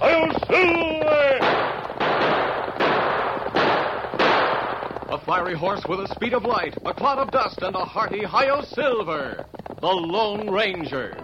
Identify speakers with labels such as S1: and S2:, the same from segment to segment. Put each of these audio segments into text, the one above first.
S1: I'll Silver!
S2: A fiery horse with a speed of light, a cloud of dust, and a hearty high o' silver. The Lone Ranger.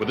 S2: With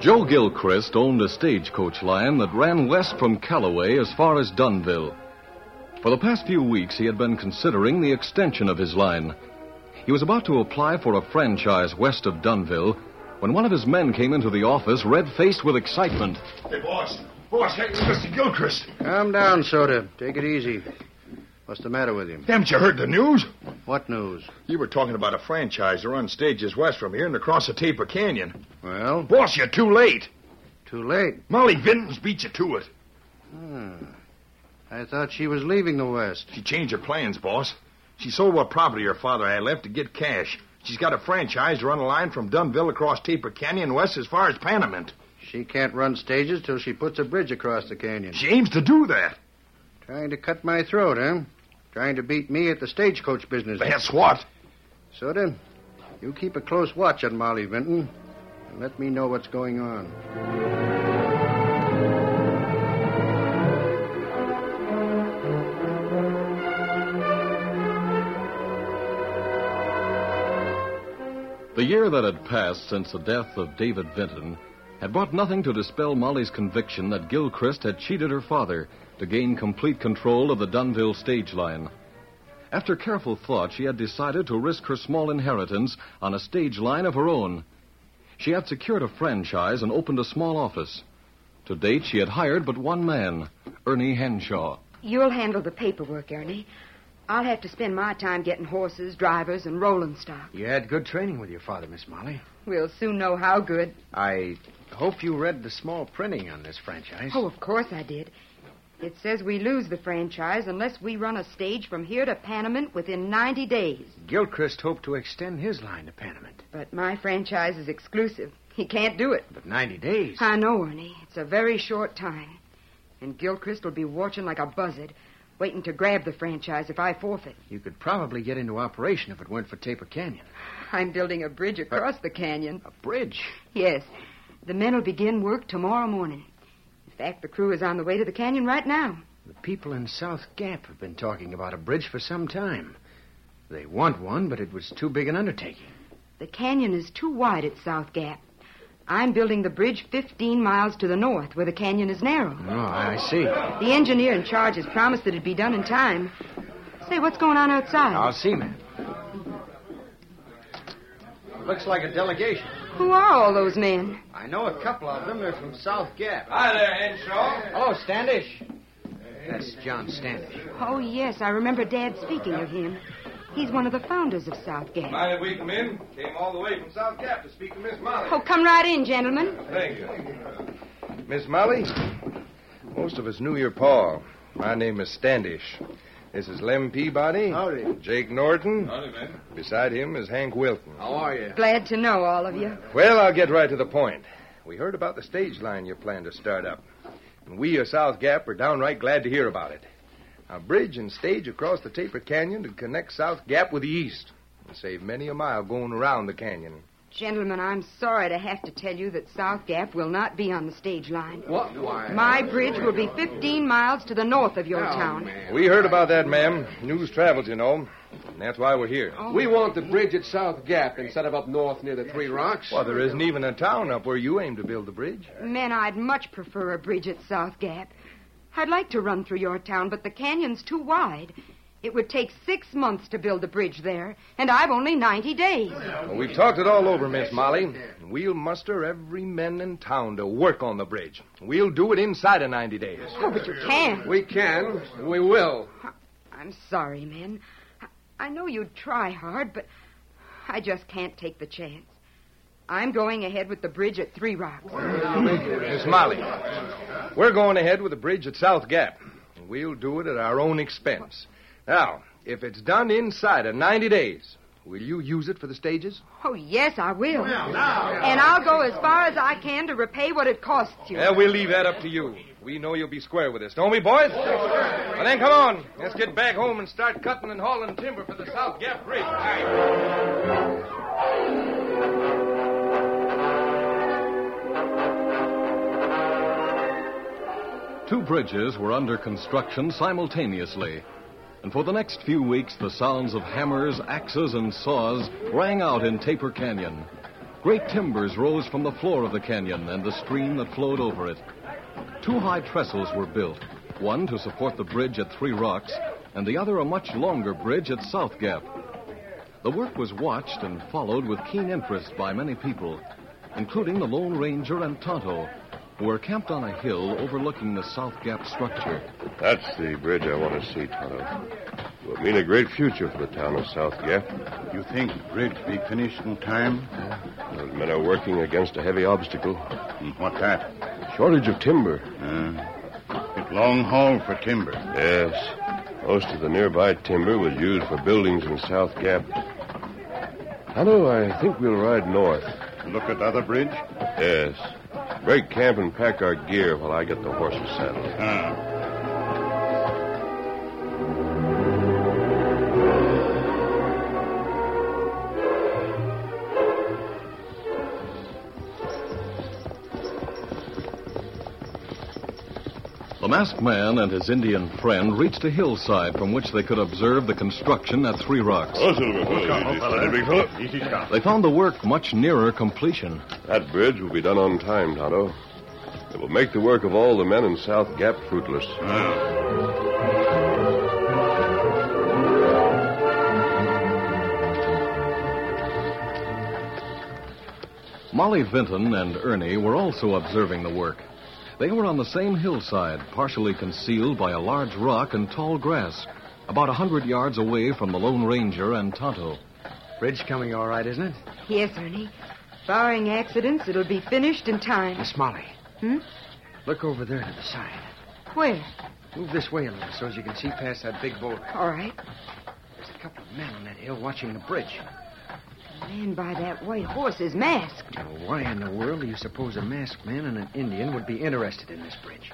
S2: Joe Gilchrist owned a stagecoach line that ran west from Callaway as far as Dunville. For the past few weeks, he had been considering the extension of his line. He was about to apply for a franchise west of Dunville when one of his men came into the office red faced with excitement.
S3: Hey, boss. Boss, hey, Mr. Gilchrist.
S4: Calm down, Soda. Take it easy. What's the matter with him?
S3: Haven't you heard the news?
S4: What news?
S3: You were talking about a franchise to run stages west from here and across the Taper Canyon.
S4: Well,
S3: Boss, you're too late.
S4: too late.
S3: Molly Vinton's beat you to it.
S4: I thought she was leaving the West.
S3: She changed her plans, boss. She sold what property her father had left to get cash. She's got a franchise to run a line from Dunville across Taper Canyon west as far as Panamint.
S4: She can't run stages till she puts a bridge across the canyon.
S3: She aims to do that.
S4: Trying to cut my throat, huh? Trying to beat me at the stagecoach business.
S3: That's what.
S4: Soda, you keep a close watch on Molly Vinton and let me know what's going on.
S2: The year that had passed since the death of David Vinton had brought nothing to dispel Molly's conviction that Gilchrist had cheated her father to gain complete control of the Dunville stage line. After careful thought, she had decided to risk her small inheritance on a stage line of her own. She had secured a franchise and opened a small office. To date, she had hired but one man, Ernie Henshaw.
S5: You'll handle the paperwork, Ernie. I'll have to spend my time getting horses, drivers, and rolling stock.
S4: You had good training with your father, Miss Molly.
S5: We'll soon know how good.
S4: I hope you read the small printing on this franchise.
S5: Oh, of course I did. It says we lose the franchise unless we run a stage from here to Panamint within 90 days.
S4: Gilchrist hoped to extend his line to Panamint,
S5: But my franchise is exclusive. He can't do it.
S4: but 90 days.
S5: I know, Ernie. It's a very short time. And Gilchrist will be watching like a buzzard, waiting to grab the franchise if I forfeit.
S4: You could probably get into operation if it weren't for Taper Canyon.
S5: I'm building a bridge across the canyon.
S4: A bridge?
S5: Yes. The men will begin work tomorrow morning. In fact, the crew is on the way to the canyon right now.
S4: The people in South Gap have been talking about a bridge for some time. They want one, but it was too big an undertaking.
S5: The canyon is too wide at South Gap. I'm building the bridge 15 miles to the north, where the canyon is narrow.
S4: Oh, I see.
S5: The engineer in charge has promised that it'd be done in time. Say, what's going on outside?
S4: I'll see, ma'am. Looks like a delegation.
S5: Who are all those men?
S4: I know a couple of them. They're from South Gap.
S6: Hi there, Henshaw.
S4: Hello, Standish. That's John Standish.
S5: Oh, yes, I remember Dad speaking of him. He's one of the founders of South Gap.
S6: Mind if we come in? Came all the way from South Gap to speak to Miss Molly.
S5: Oh, come right in, gentlemen.
S6: Thank you.
S3: Miss Molly, most of us knew your pa. My name is Standish. This is Lem Peabody.
S4: Howdy.
S3: Jake Norton.
S6: Howdy, man.
S3: Beside him is Hank Wilton.
S4: How are you?
S5: Glad to know all of you.
S3: Well, I'll get right to the point. We heard about the stage line you plan to start up. And we of South Gap are downright glad to hear about it. A bridge and stage across the Taper Canyon to connect South Gap with the east. And save many a mile going around the canyon.
S5: Gentlemen, I'm sorry to have to tell you that South Gap will not be on the stage line.
S4: What? Why?
S5: My bridge will be 15 miles to the north of your town.
S3: We heard about that, ma'am. News travels, you know. And that's why we're here.
S6: We want the bridge at South Gap instead of up north near the Three Rocks.
S3: Well, there isn't even a town up where you aim to build the bridge.
S5: Men, I'd much prefer a bridge at South Gap. I'd like to run through your town, but the canyon's too wide. It would take six months to build a bridge there, and I've only 90 days.
S3: Well, we've talked it all over, Miss Molly. And We'll muster every man in town to work on the bridge. We'll do it inside of 90 days.
S5: Oh, but you can't.
S6: We can. We will.
S5: I'm sorry, men. I- I know you'd try hard, but I just can't take the chance. I'm going ahead with the bridge at Three Rocks.
S3: Miss Molly, we're going ahead with the bridge at South Gap. and We'll do it at our own expense. Now, if it's done inside of 90 days, will you use it for the stages?
S5: Oh, yes, I will. And I'll go as far as I can to repay what it costs you.
S3: Yeah, we'll leave that up to you. We know you'll be square with us, don't we, boys? Well, then come on. Let's get back home and start cutting and hauling timber for the South Gap Bridge.
S2: Two bridges were under construction simultaneously, and for the next few weeks, the sounds of hammers, axes, and saws rang out in Taper Canyon. Great timbers rose from the floor of the canyon and the stream that flowed over it. Two high trestles were built, one to support the bridge at Three Rocks, and the other a much longer bridge at South Gap. The work was watched and followed with keen interest by many people, including the Lone Ranger and Tonto, who were camped on a hill overlooking the South Gap structure.
S7: That's the bridge I want to see, Tonto. It will mean a great future for the town of South Gap.
S1: You think bridge be finished in time?
S7: Those men are working against a heavy obstacle.
S1: And What Hmm, that?
S7: Shortage of timber.
S1: It long haul for timber.
S7: Yes. Most of the nearby timber was used for buildings in South Gap. Tonto, I think we'll ride north.
S1: Look at other bridge.
S7: Yes. Break camp and pack our gear while I get the horses saddled.
S1: Ah,
S2: The masked man and his Indian friend reached a hillside from which they could observe the construction at Three Rocks.
S7: Oh,
S2: They found the work much nearer completion.
S7: That bridge will be done on time, Tonto. It will make the work of all the men in South Gap fruitless.
S2: Molly Vinton and Ernie were also observing the work. They were on the same hillside, partially concealed by a large rock and tall grass, about a hundred yards away from the Lone Ranger and Tonto.
S4: Bridge coming all right, isn't it?
S5: Yes, Ernie. Barring accidents, it'll be finished in time.
S4: Miss Molly.
S5: Hmm?
S4: Look over there to the side.
S5: Where?
S4: Move this way a little so as you can see past that big boulder.
S5: All right.
S4: There's a couple of men on that hill watching the bridge.
S5: The man by that white horse is masked.
S4: Now, why in the world do you suppose a masked man and an Indian would be interested in this bridge?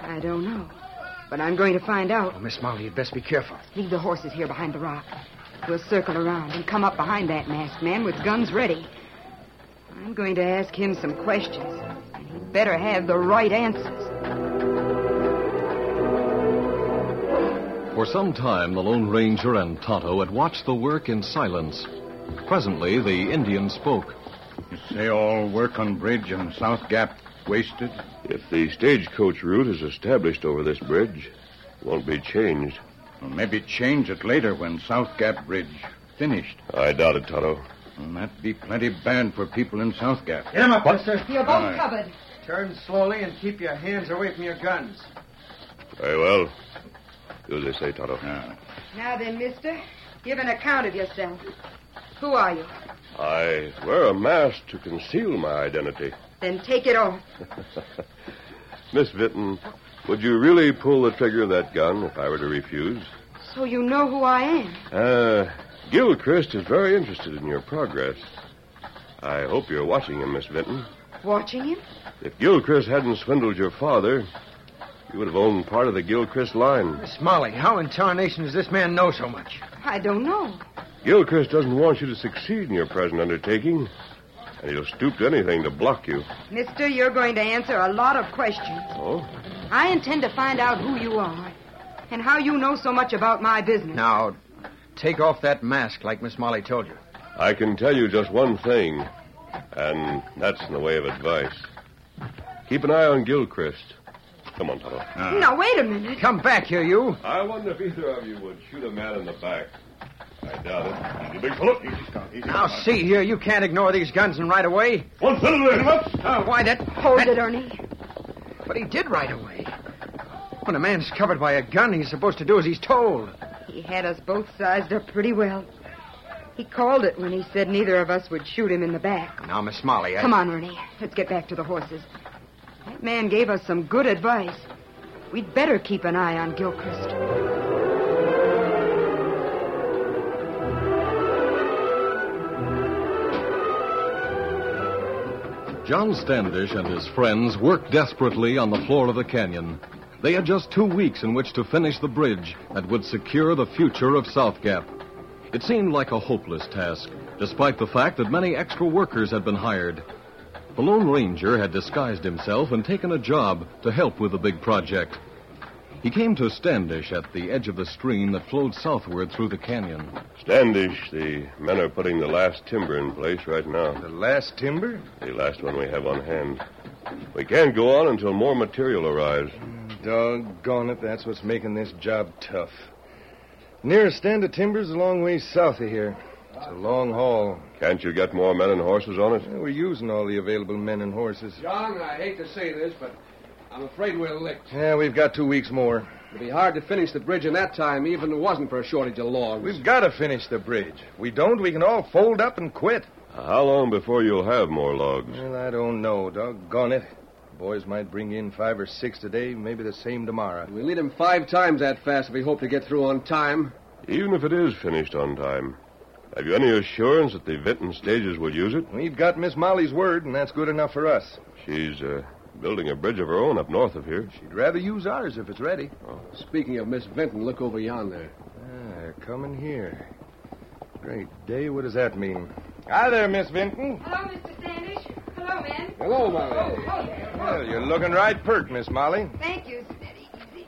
S5: I don't know. But I'm going to find out.
S4: Miss Molly, you'd best be careful.
S5: Leave the horses here behind the rock. We'll circle around and come up behind that masked man with guns ready. I'm going to ask him some questions. And he better have the right answers.
S2: For some time, the Lone Ranger and Tonto had watched the work in silence. Presently, the Indian spoke.
S1: You say all work on bridge and South Gap wasted?
S7: If the stagecoach route is established over this bridge, it won't be changed.
S1: Well, maybe change it later when South Gap Bridge finished.
S7: I doubt it, Tonto.
S1: And that'd be plenty bad for people in South Gap.
S4: Get him up, mister.
S5: You're both
S1: Aye.
S5: covered.
S4: Turn slowly and keep your hands away from your guns.
S7: Very well. Do as they say, Tonto.
S1: Ah,
S5: Now then, mister, give an account of yourself. Who are you?
S7: I wear a mask to conceal my identity.
S5: Then take it off.
S7: Miss Vinton, would you really pull the trigger of that gun if I were to refuse?
S5: So you know who I am.
S7: Uh, Gilchrist is very interested in your progress. I hope you're watching him, Miss Vinton.
S5: Watching him?
S7: If Gilchrist hadn't swindled your father, you would have owned part of the Gilchrist line.
S4: Miss Molly, how in tarnation does this man know so much?
S5: I don't know.
S7: Gilchrist doesn't want you to succeed in your present undertaking, and he'll stoop to anything to block you.
S5: Mister, you're going to answer a lot of questions.
S7: Oh?
S5: I intend to find out who you are and how you know so much about my business.
S4: Now, take off that mask like Miss Molly told you.
S7: I can tell you just one thing, and that's in the way of advice. Keep an eye on Gilchrist. Come on, Toto.
S5: Now, wait a minute.
S4: Come back here, you.
S7: I wonder if either of you would shoot a man in the back. I doubt it. You big fellow.
S4: Now, see here, you can't ignore these guns and right away.
S7: One
S4: Oh, why that?
S5: Hold
S4: that-
S5: it, Ernie.
S4: But he did right away. When a man's covered by a gun, he's supposed to do as he's told.
S5: He had us both sized up pretty well. He called it when he said neither of us would shoot him in the back.
S4: Now, Miss Molly, I...
S5: Come on, Ernie. Let's get back to the horses. That man gave us some good advice. We'd better keep an eye on Gilchrist.
S2: John Standish and his friends worked desperately on the floor of the canyon. They had just two weeks in which to finish the bridge that would secure the future of South Gap. It seemed like a hopeless task, despite the fact that many extra workers had been hired. The Lone Ranger had disguised himself and taken a job to help with the big project. He came to Standish at the edge of the stream that flowed southward through the canyon.
S7: Standish, the men are putting the last timber in place right now.
S3: The last timber?
S7: The last one we have on hand. We can't go on until more material arrives.
S3: Doggone it, that's what's making this job tough. Nearest stand of timber's a long ways south of here. It's a long haul.
S7: Can't you get more men and horses on it?
S3: Yeah, We're using all the available men and horses.
S6: John, I hate to say this, but I'm afraid we're licked.
S3: Yeah, we've got two weeks more.
S6: It'd be hard to finish the bridge in that time, even if it wasn't for a shortage of logs.
S3: We've got to finish the bridge. We don't, we can all fold up and quit.
S7: How long before you'll have more logs?
S3: Well, I don't know. Doggone it. Boys might bring in five or six today, maybe the same tomorrow.
S6: We lead him five times that fast if we hope to get through on time.
S7: Even if it is finished on time. Have you any assurance that the Vinton stages will use it?
S3: We've got Miss Molly's word, and that's good enough for us.
S7: She's uh, building a bridge of her own up north of here.
S3: She'd rather use ours if it's ready.
S6: Oh, Speaking of Miss Vinton, look over yonder.
S3: Ah, they're coming here. Great day, what does that mean? Hi there, Miss Vinton.
S5: Hello, Mr. Standish. Hello, men.
S6: Hello, Molly.
S5: Oh, there.
S3: Well, you're looking right pert, Miss Molly.
S5: Thank you. Steady, easy.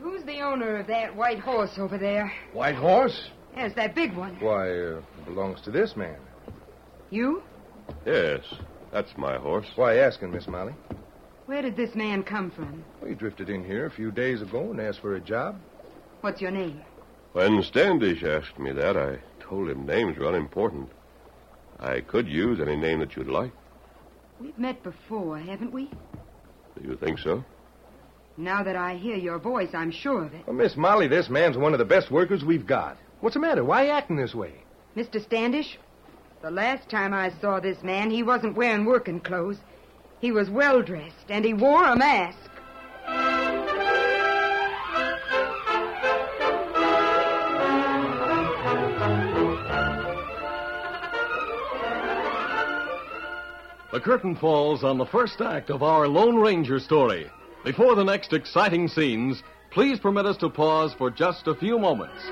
S5: Who's the owner of that white horse over there?
S3: White horse?
S5: Yes, that big one.
S3: Why, uh, belongs to this man.
S5: You?
S7: Yes, that's my horse.
S3: Why asking, Miss Molly?
S5: Where did this man come from?
S3: We drifted in here a few days ago and asked for a job.
S5: What's your name?
S7: When Standish asked me that, I told him names were unimportant. I could use any name that you'd like.
S5: We've met before, haven't we?
S7: Do you think so?
S5: Now that I hear your voice, I'm sure of it.
S3: Well, Miss Molly, this man's one of the best workers we've got. What's the matter? Why acting this way?
S5: Mr. Standish, the last time I saw this man, he wasn't wearing working clothes. He was well dressed, and he wore a mask.
S2: The curtain falls on the first act of our Lone Ranger story. Before the next exciting scenes, please permit us to pause for just a few moments.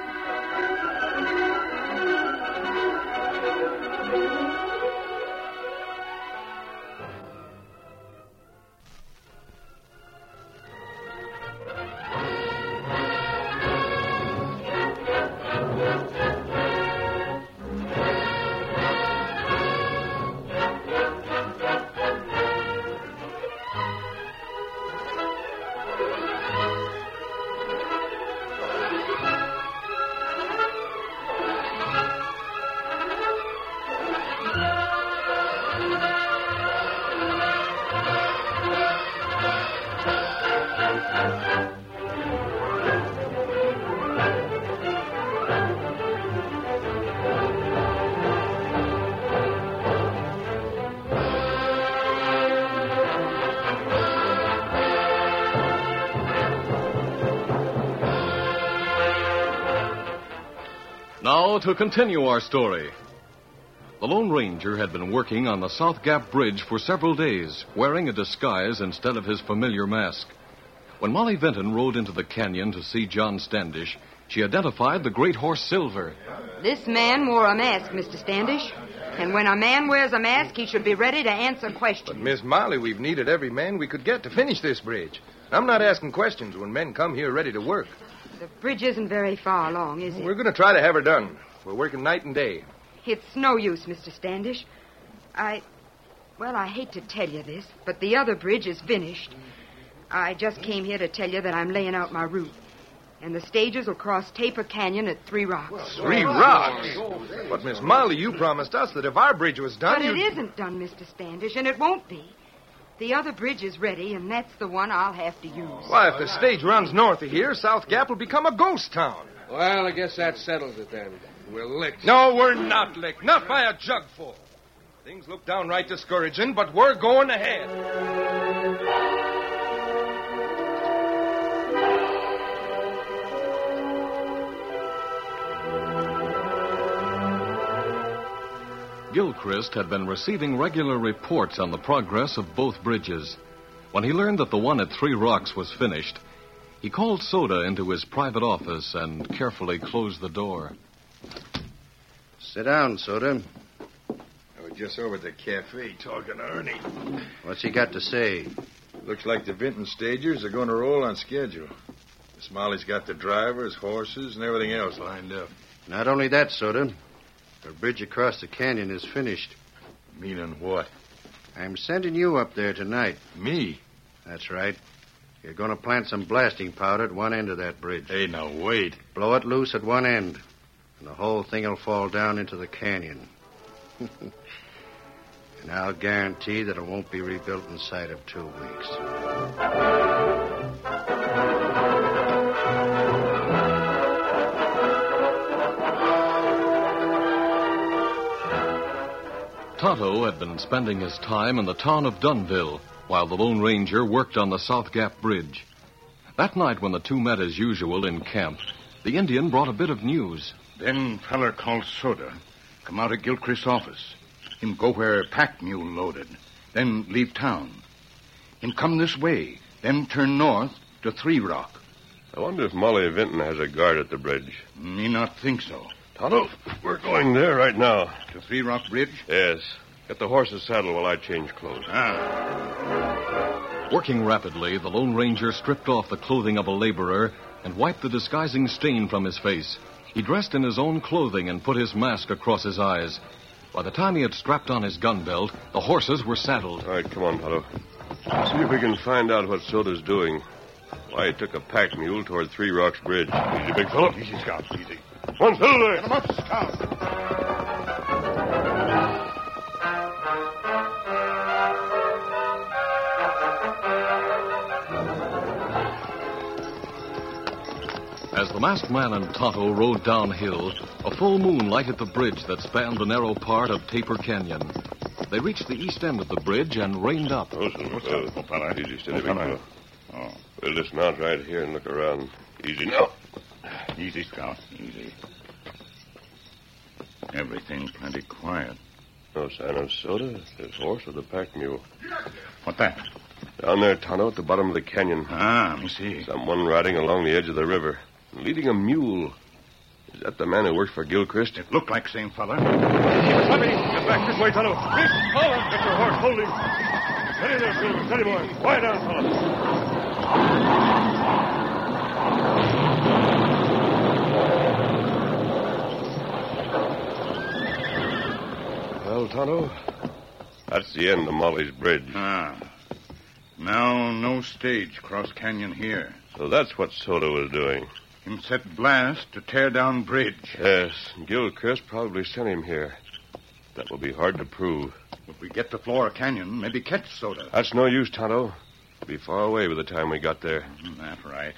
S2: Now, to continue our story. The Lone Ranger had been working on the South Gap Bridge for several days, wearing a disguise instead of his familiar mask. When Molly Vinton rode into the canyon to see John Standish, she identified the great horse Silver.
S5: This man wore a mask, Mr. Standish. And when a man wears a mask, he should be ready to answer questions.
S3: But, Miss Molly, we've needed every man we could get to finish this bridge. I'm not asking questions when men come here ready to work.
S5: The bridge isn't very far along, is it?
S3: We're going to try to have her done. We're working night and day.
S5: It's no use, Mr. Standish. I. Well, I hate to tell you this, but the other bridge is finished. I just came here to tell you that I'm laying out my route. And the stages will cross Taper Canyon at Three Rocks.
S3: Three rocks. But, Miss Molly, you promised us that if our bridge was done,
S5: But
S3: you
S5: it isn't done, Mr. Standish, and it won't be. The other bridge is ready, and that's the one I'll have to use.
S3: Why, if the stage runs north of here, South Gap will become a ghost town.
S6: Well, I guess that settles it then. We're licked.
S3: No, we're not licked. Not by a jugful. Things look downright discouraging, but we're going ahead.
S2: Gilchrist had been receiving regular reports on the progress of both bridges. When he learned that the one at Three Rocks was finished, he called Soda into his private office and carefully closed the door.
S4: Sit down, Soda.
S8: We're just over at the cafe talking to Ernie.
S4: What's he got to say?
S8: Looks like the Vinton stagers are going to roll on schedule. Miss Molly's got the drivers, horses, and everything else lined up.
S4: Not only that, Soda. The bridge across the canyon is finished.
S8: Meaning what?
S4: I'm sending you up there tonight.
S8: Me?
S4: That's right. You're going to plant some blasting powder at one end of that bridge.
S8: Hey, now wait.
S4: Blow it loose at one end, and the whole thing will fall down into the canyon. and I'll guarantee that it won't be rebuilt inside of two weeks.
S2: Tonto had been spending his time in the town of Dunville while the Lone Ranger worked on the South Gap Bridge. That night, when the two met as usual in camp, the Indian brought a bit of news.
S1: Then feller called Soda. Come out of Gilchrist's office. Him go where pack mule loaded. Then leave town. Him come this way. Then turn north to Three Rock.
S7: I wonder if Molly Vinton has a guard at the bridge.
S1: Me not think so.
S7: Tonto, we're going there right now.
S1: To Three Rock Bridge?
S7: Yes. Get the horse's saddle while I change clothes.
S1: Ah.
S2: Working rapidly, the Lone Ranger stripped off the clothing of a laborer and wiped the disguising stain from his face. He dressed in his own clothing and put his mask across his eyes. By the time he had strapped on his gun belt, the horses were saddled.
S7: All right, come on, Tonto. See if we can find out what Soda's doing. Why he took a pack mule toward Three Rocks Bridge. Easy, big fellow. Easy, Scout. Easy. One fellow there.
S2: As the masked man and Tonto rode downhill, a full moon lighted the bridge that spanned the narrow part of Taper Canyon. They reached the east end of the bridge and reined up.
S7: Those are- uh,
S1: Oh, fella.
S7: Easy, steady,
S1: Oh,
S7: big
S1: fella.
S7: fellow.
S1: Oh,
S7: We'll dismount right here and look around. Easy now.
S1: easy, Scout. Easy. Everything plenty quiet.
S7: No sign of Soda, his horse, or the pack mule.
S1: What that?
S7: Down there, Tonto, at the bottom of the canyon.
S1: Ah, let me see.
S7: Someone riding along the edge of the river, leading a mule. Is that the man who worked for Gilchrist?
S1: It looked like same fella.
S7: Somebody, get back this way, Tonto. Hold on, get your horse, hold him. Steady there, Silver, steady, boy. Quiet down, Tonto. Well, Tonto, that's the end of Molly's Bridge.
S1: Ah. Now no stage cross canyon here.
S7: So that's what Soto was doing.
S1: Him set blast to tear down bridge.
S7: Yes, Gilchrist probably sent him here. That will be hard to prove.
S1: If we get to Flora Canyon, maybe catch Soda.
S7: That's no use, Tonto. Be far away by the time we got there.
S1: Mm, That right.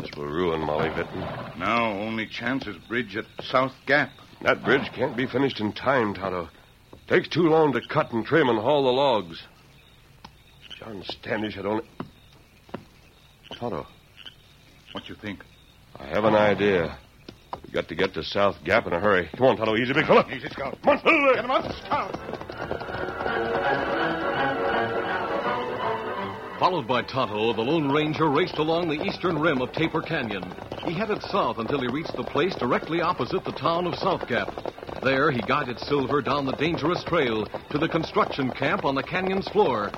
S7: This will ruin Molly Vinton.
S1: Now only chance is bridge at South Gap.
S7: That bridge can't be finished in time, Tonto. Takes too long to cut and trim and haul the logs. John Standish had only. Tonto,
S1: What you think?
S7: I have an idea. We've got to get to South Gap in a hurry. Come on, Tonto, easy, big fella.
S1: Easy, Scout.
S7: Come on, fella.
S1: Get him up. Scout.
S2: Followed by Tonto, the Lone Ranger raced along the eastern rim of Taper Canyon. He headed south until he reached the place directly opposite the town of South Gap. There, he guided Silver down the dangerous trail to the construction camp on the canyon's floor.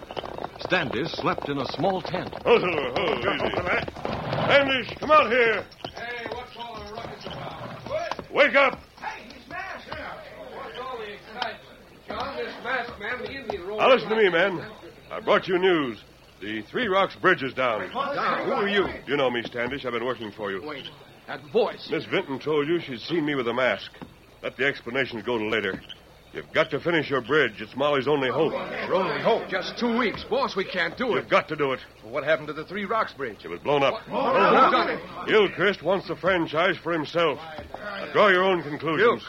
S2: Standish slept in a small tent.
S7: Oh, Silver, oh, easy. Standish, come out here.
S6: Hey, what's all the ruckus about?
S7: Wake up.
S6: What's all the excitement? John, this masked man, the Indian rolled.
S7: Now listen to me, man. I brought you news. The Three Rocks Bridge is down. Who are you? You know me, Standish. I've been working for you.
S6: Wait, that voice.
S7: Miss Vinton told you she'd seen me with a mask. Let the explanations go to later. You've got to finish your bridge. It's Molly's only hope.
S6: Rolling hope. Just two weeks. Boss, we can't do it.
S7: You've got to do it.
S6: What happened to the Three Rocks Bridge?
S7: It was blown up.
S8: Oh,
S6: Who done it?
S7: Gilchrist wants the franchise for himself. Now draw your own conclusions.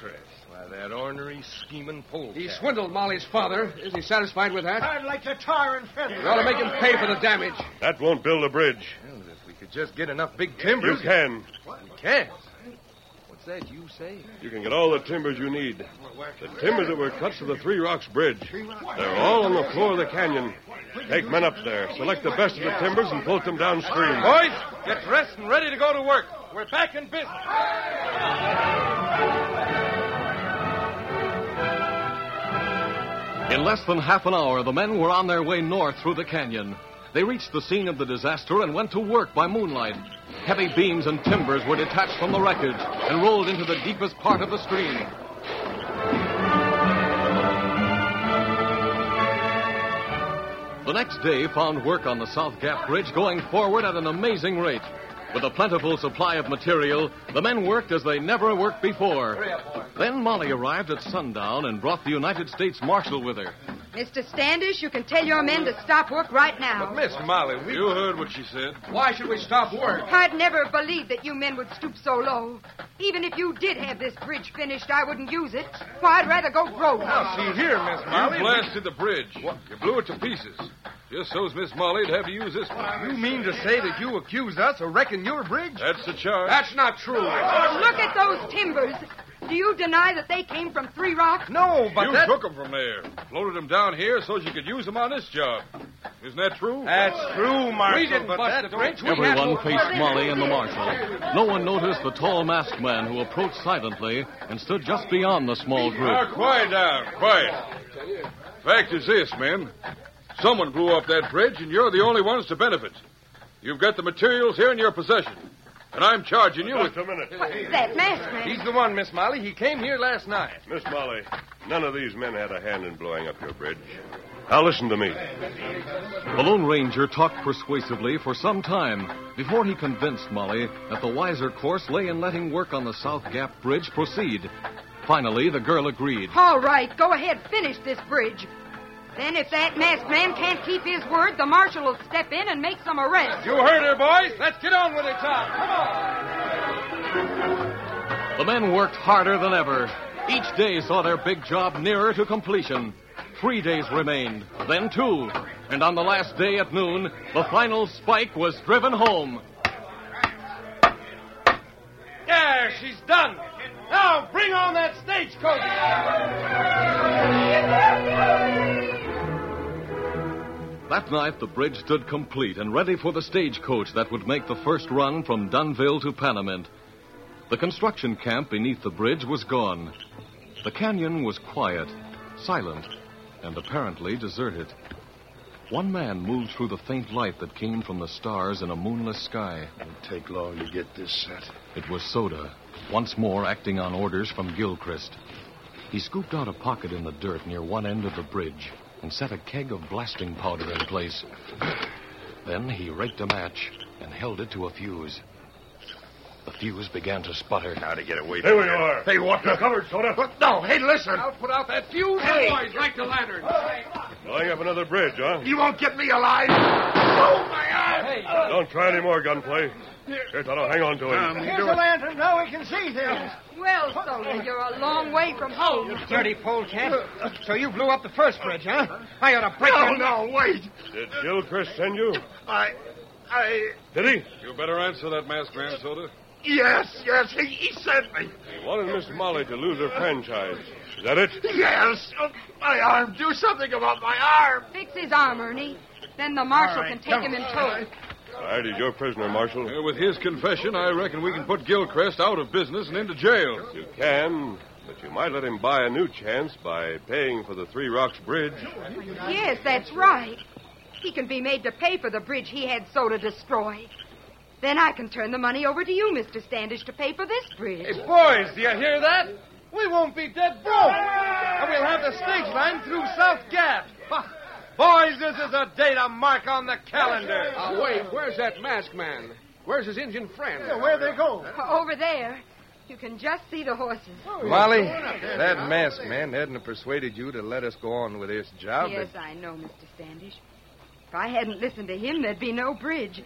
S3: Why, that ornery, scheming pole.
S6: He swindled Molly's father. Isn't he satisfied with that?
S8: I'd like to tar and feather.
S6: We ought to make him pay for the damage.
S7: That won't build a bridge.
S3: Well, if we could just get enough big
S7: You
S3: timbers.
S7: can.
S3: We can. What's that you say?
S7: You can get all the timbers you need. The timbers that were cut to the Three Rocks Bridge. They're all on the floor of the canyon. Take men up there, select the best of the timbers, and float them downstream.
S3: Boys, get dressed and ready to go to work. We're back in business.
S2: In less than half an hour, the men were on their way north through the canyon. They reached the scene of the disaster and went to work by moonlight. Heavy beams and timbers were detached from the wreckage and rolled into the deepest part of the stream. The next day found work on the South Gap Bridge going forward at an amazing rate. With a plentiful supply of material, the men worked as they never worked before. Then Molly arrived at sundown and brought the United States Marshal with her.
S5: Mr. Standish, you can tell your men to stop work right now.
S3: Miss Molly, we.
S7: You heard what she said.
S6: Why should we stop work?
S5: I'd never believed that you men would stoop so low. Even if you did have this bridge finished, I wouldn't use it. Why, I'd rather go broke.
S3: Now, see here, Miss Molly. we-
S7: the bridge. You blew it to pieces. Just so's Miss Molly'd have to use this one.
S3: You mean to say that you accuse us of wrecking your bridge?
S7: That's the charge.
S6: That's not true.
S5: Look at those timbers. Do you deny that they came from Three Rocks?
S3: No, but that-
S7: took them from there, floated them down here so you could use them on this job. Isn't that true?
S3: That's true, Marshal.
S6: We didn't
S3: but
S6: bust
S3: that
S6: the
S3: don't-
S6: bridge. We had
S2: Everyone
S6: no-
S2: faced Molly and the marshal. No one noticed the tall masked man who approached silently and stood just beyond the small group.
S7: quiet down, quiet. Fact is this, men. Someone blew up that bridge, and you're the only ones to benefit. You've got the materials here in your possession, and I'm charging you with. Just a minute,
S5: What's that masked man?
S3: He's the one, Miss Molly. He came here last night.
S7: Miss Molly. None of these men had a hand in blowing up your bridge. Now listen to me.
S2: The Lone Ranger talked persuasively for some time before he convinced Molly that the wiser course lay in letting work on the South Gap Bridge proceed. Finally, the girl agreed.
S5: All right, go ahead, finish this bridge. Then, if that masked man can't keep his word, the marshal will step in and make some arrests.
S3: You heard her, boys. Let's get on with it, Tom. Come on.
S2: The men worked harder than ever. Each day saw their big job nearer to completion. Three days remained, then two. And on the last day at noon, the final spike was driven home.
S3: Yeah, she's done. Now bring on that stagecoach.
S2: That night, the bridge stood complete and ready for the stagecoach that would make the first run from Dunville to Panamint. The construction camp beneath the bridge was gone. The canyon was quiet, silent, and apparently deserted. One man moved through the faint light that came from the stars in a moonless sky.
S4: Won't take long to get this set.
S2: It was Soda, once more acting on orders from Gilchrist. He scooped out a pocket in the dirt near one end of the bridge and set a keg of blasting powder in place. Then he raked a match and held it to a fuse. The fuse began to sputter.
S8: Now to get away from Here we are. Hey, what the... covered, Soda. What? No, hey, listen.
S6: I'll put out that fuse.
S8: Hey!
S6: Boys, light the lantern.
S7: Blowing up another bridge, huh?
S8: You won't get me alive. Oh, my eye.
S6: Hey,
S7: Don't try any more gunplay. Here, Tonto, hang on to him.
S4: Here's the lantern.
S5: Well, Soda, you're a long way from home.
S9: Dirty polecat. So you blew up the first bridge, huh? I ought to break
S8: No,
S9: your
S8: no, wait.
S7: Did Gilchrist send you?
S8: I... I...
S7: Did he? You better answer that masked man, Soda.
S8: Yes, yes, he, he sent me.
S7: He wanted Miss Molly to lose her franchise. Is that it?
S8: Yes. Oh, my arm. Do something about my arm.
S5: Fix his arm, Ernie. Then the marshal can take him in tow.
S7: All right, he's your prisoner, Marshal. Uh, with his confession, I reckon we can put Gilchrist out of business and into jail. You can, but you might let him buy a new chance by paying for the Three Rocks Bridge.
S5: Yes, that's right. He can be made to pay for the bridge he had Soda destroy. Then I can turn the money over to you, Mr. Standish, to pay for this bridge.
S6: Boys, do you hear that? We won't be dead broke. And we'll have the stage line through South Gap. Ha. Boys, this is a day to mark on the calendar. Ah, wait, where's that masked man? Where's his Indian friend? where they go?
S5: Over there, you can just see the horses.
S3: Molly, that masked man hadn't have persuaded you to let us go on with this job.
S5: yes, I know, Mr. Standish. If I hadn't listened to him, there'd be no bridge,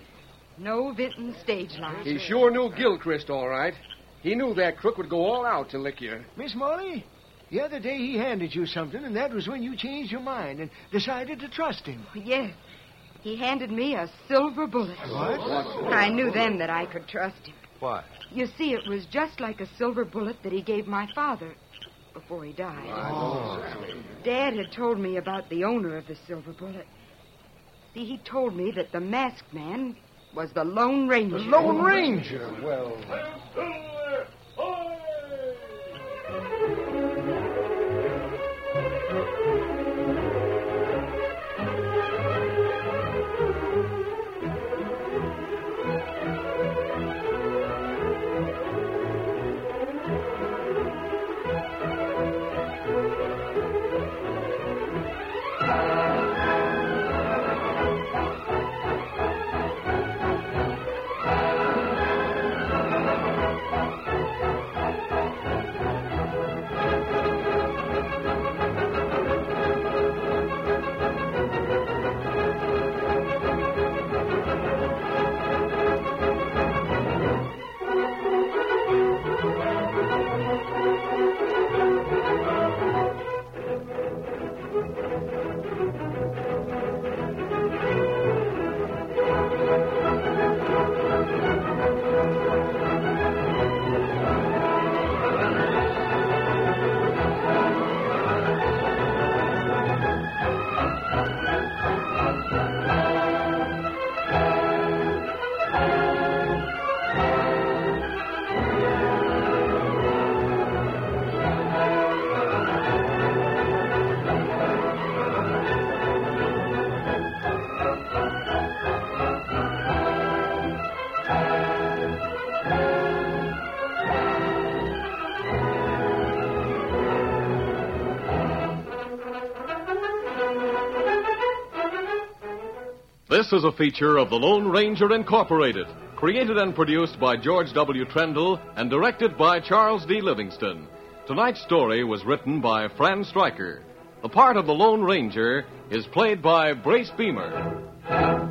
S5: no Vinton stage line.
S6: He sure knew Gilchrist, all right. He knew that crook would go all out to lick you.
S9: Miss Molly, the other day he handed you something, and that was when you changed your mind and decided to trust him.
S5: Yes. He handed me a silver bullet. What? I knew then that I could trust him.
S3: Why?
S5: You see, it was just like a silver bullet that he gave my father before he died. Dad had told me about the owner of the silver bullet. See, he told me that the masked man was the Lone Ranger. The Lone
S9: Ranger.
S2: This is a feature of the Lone Ranger Incorporated, created and produced by George W. Trendle and directed by Charles D. Livingston. Tonight's story was written by Fran Stryker. The part of the Lone Ranger is played by Brace Beamer.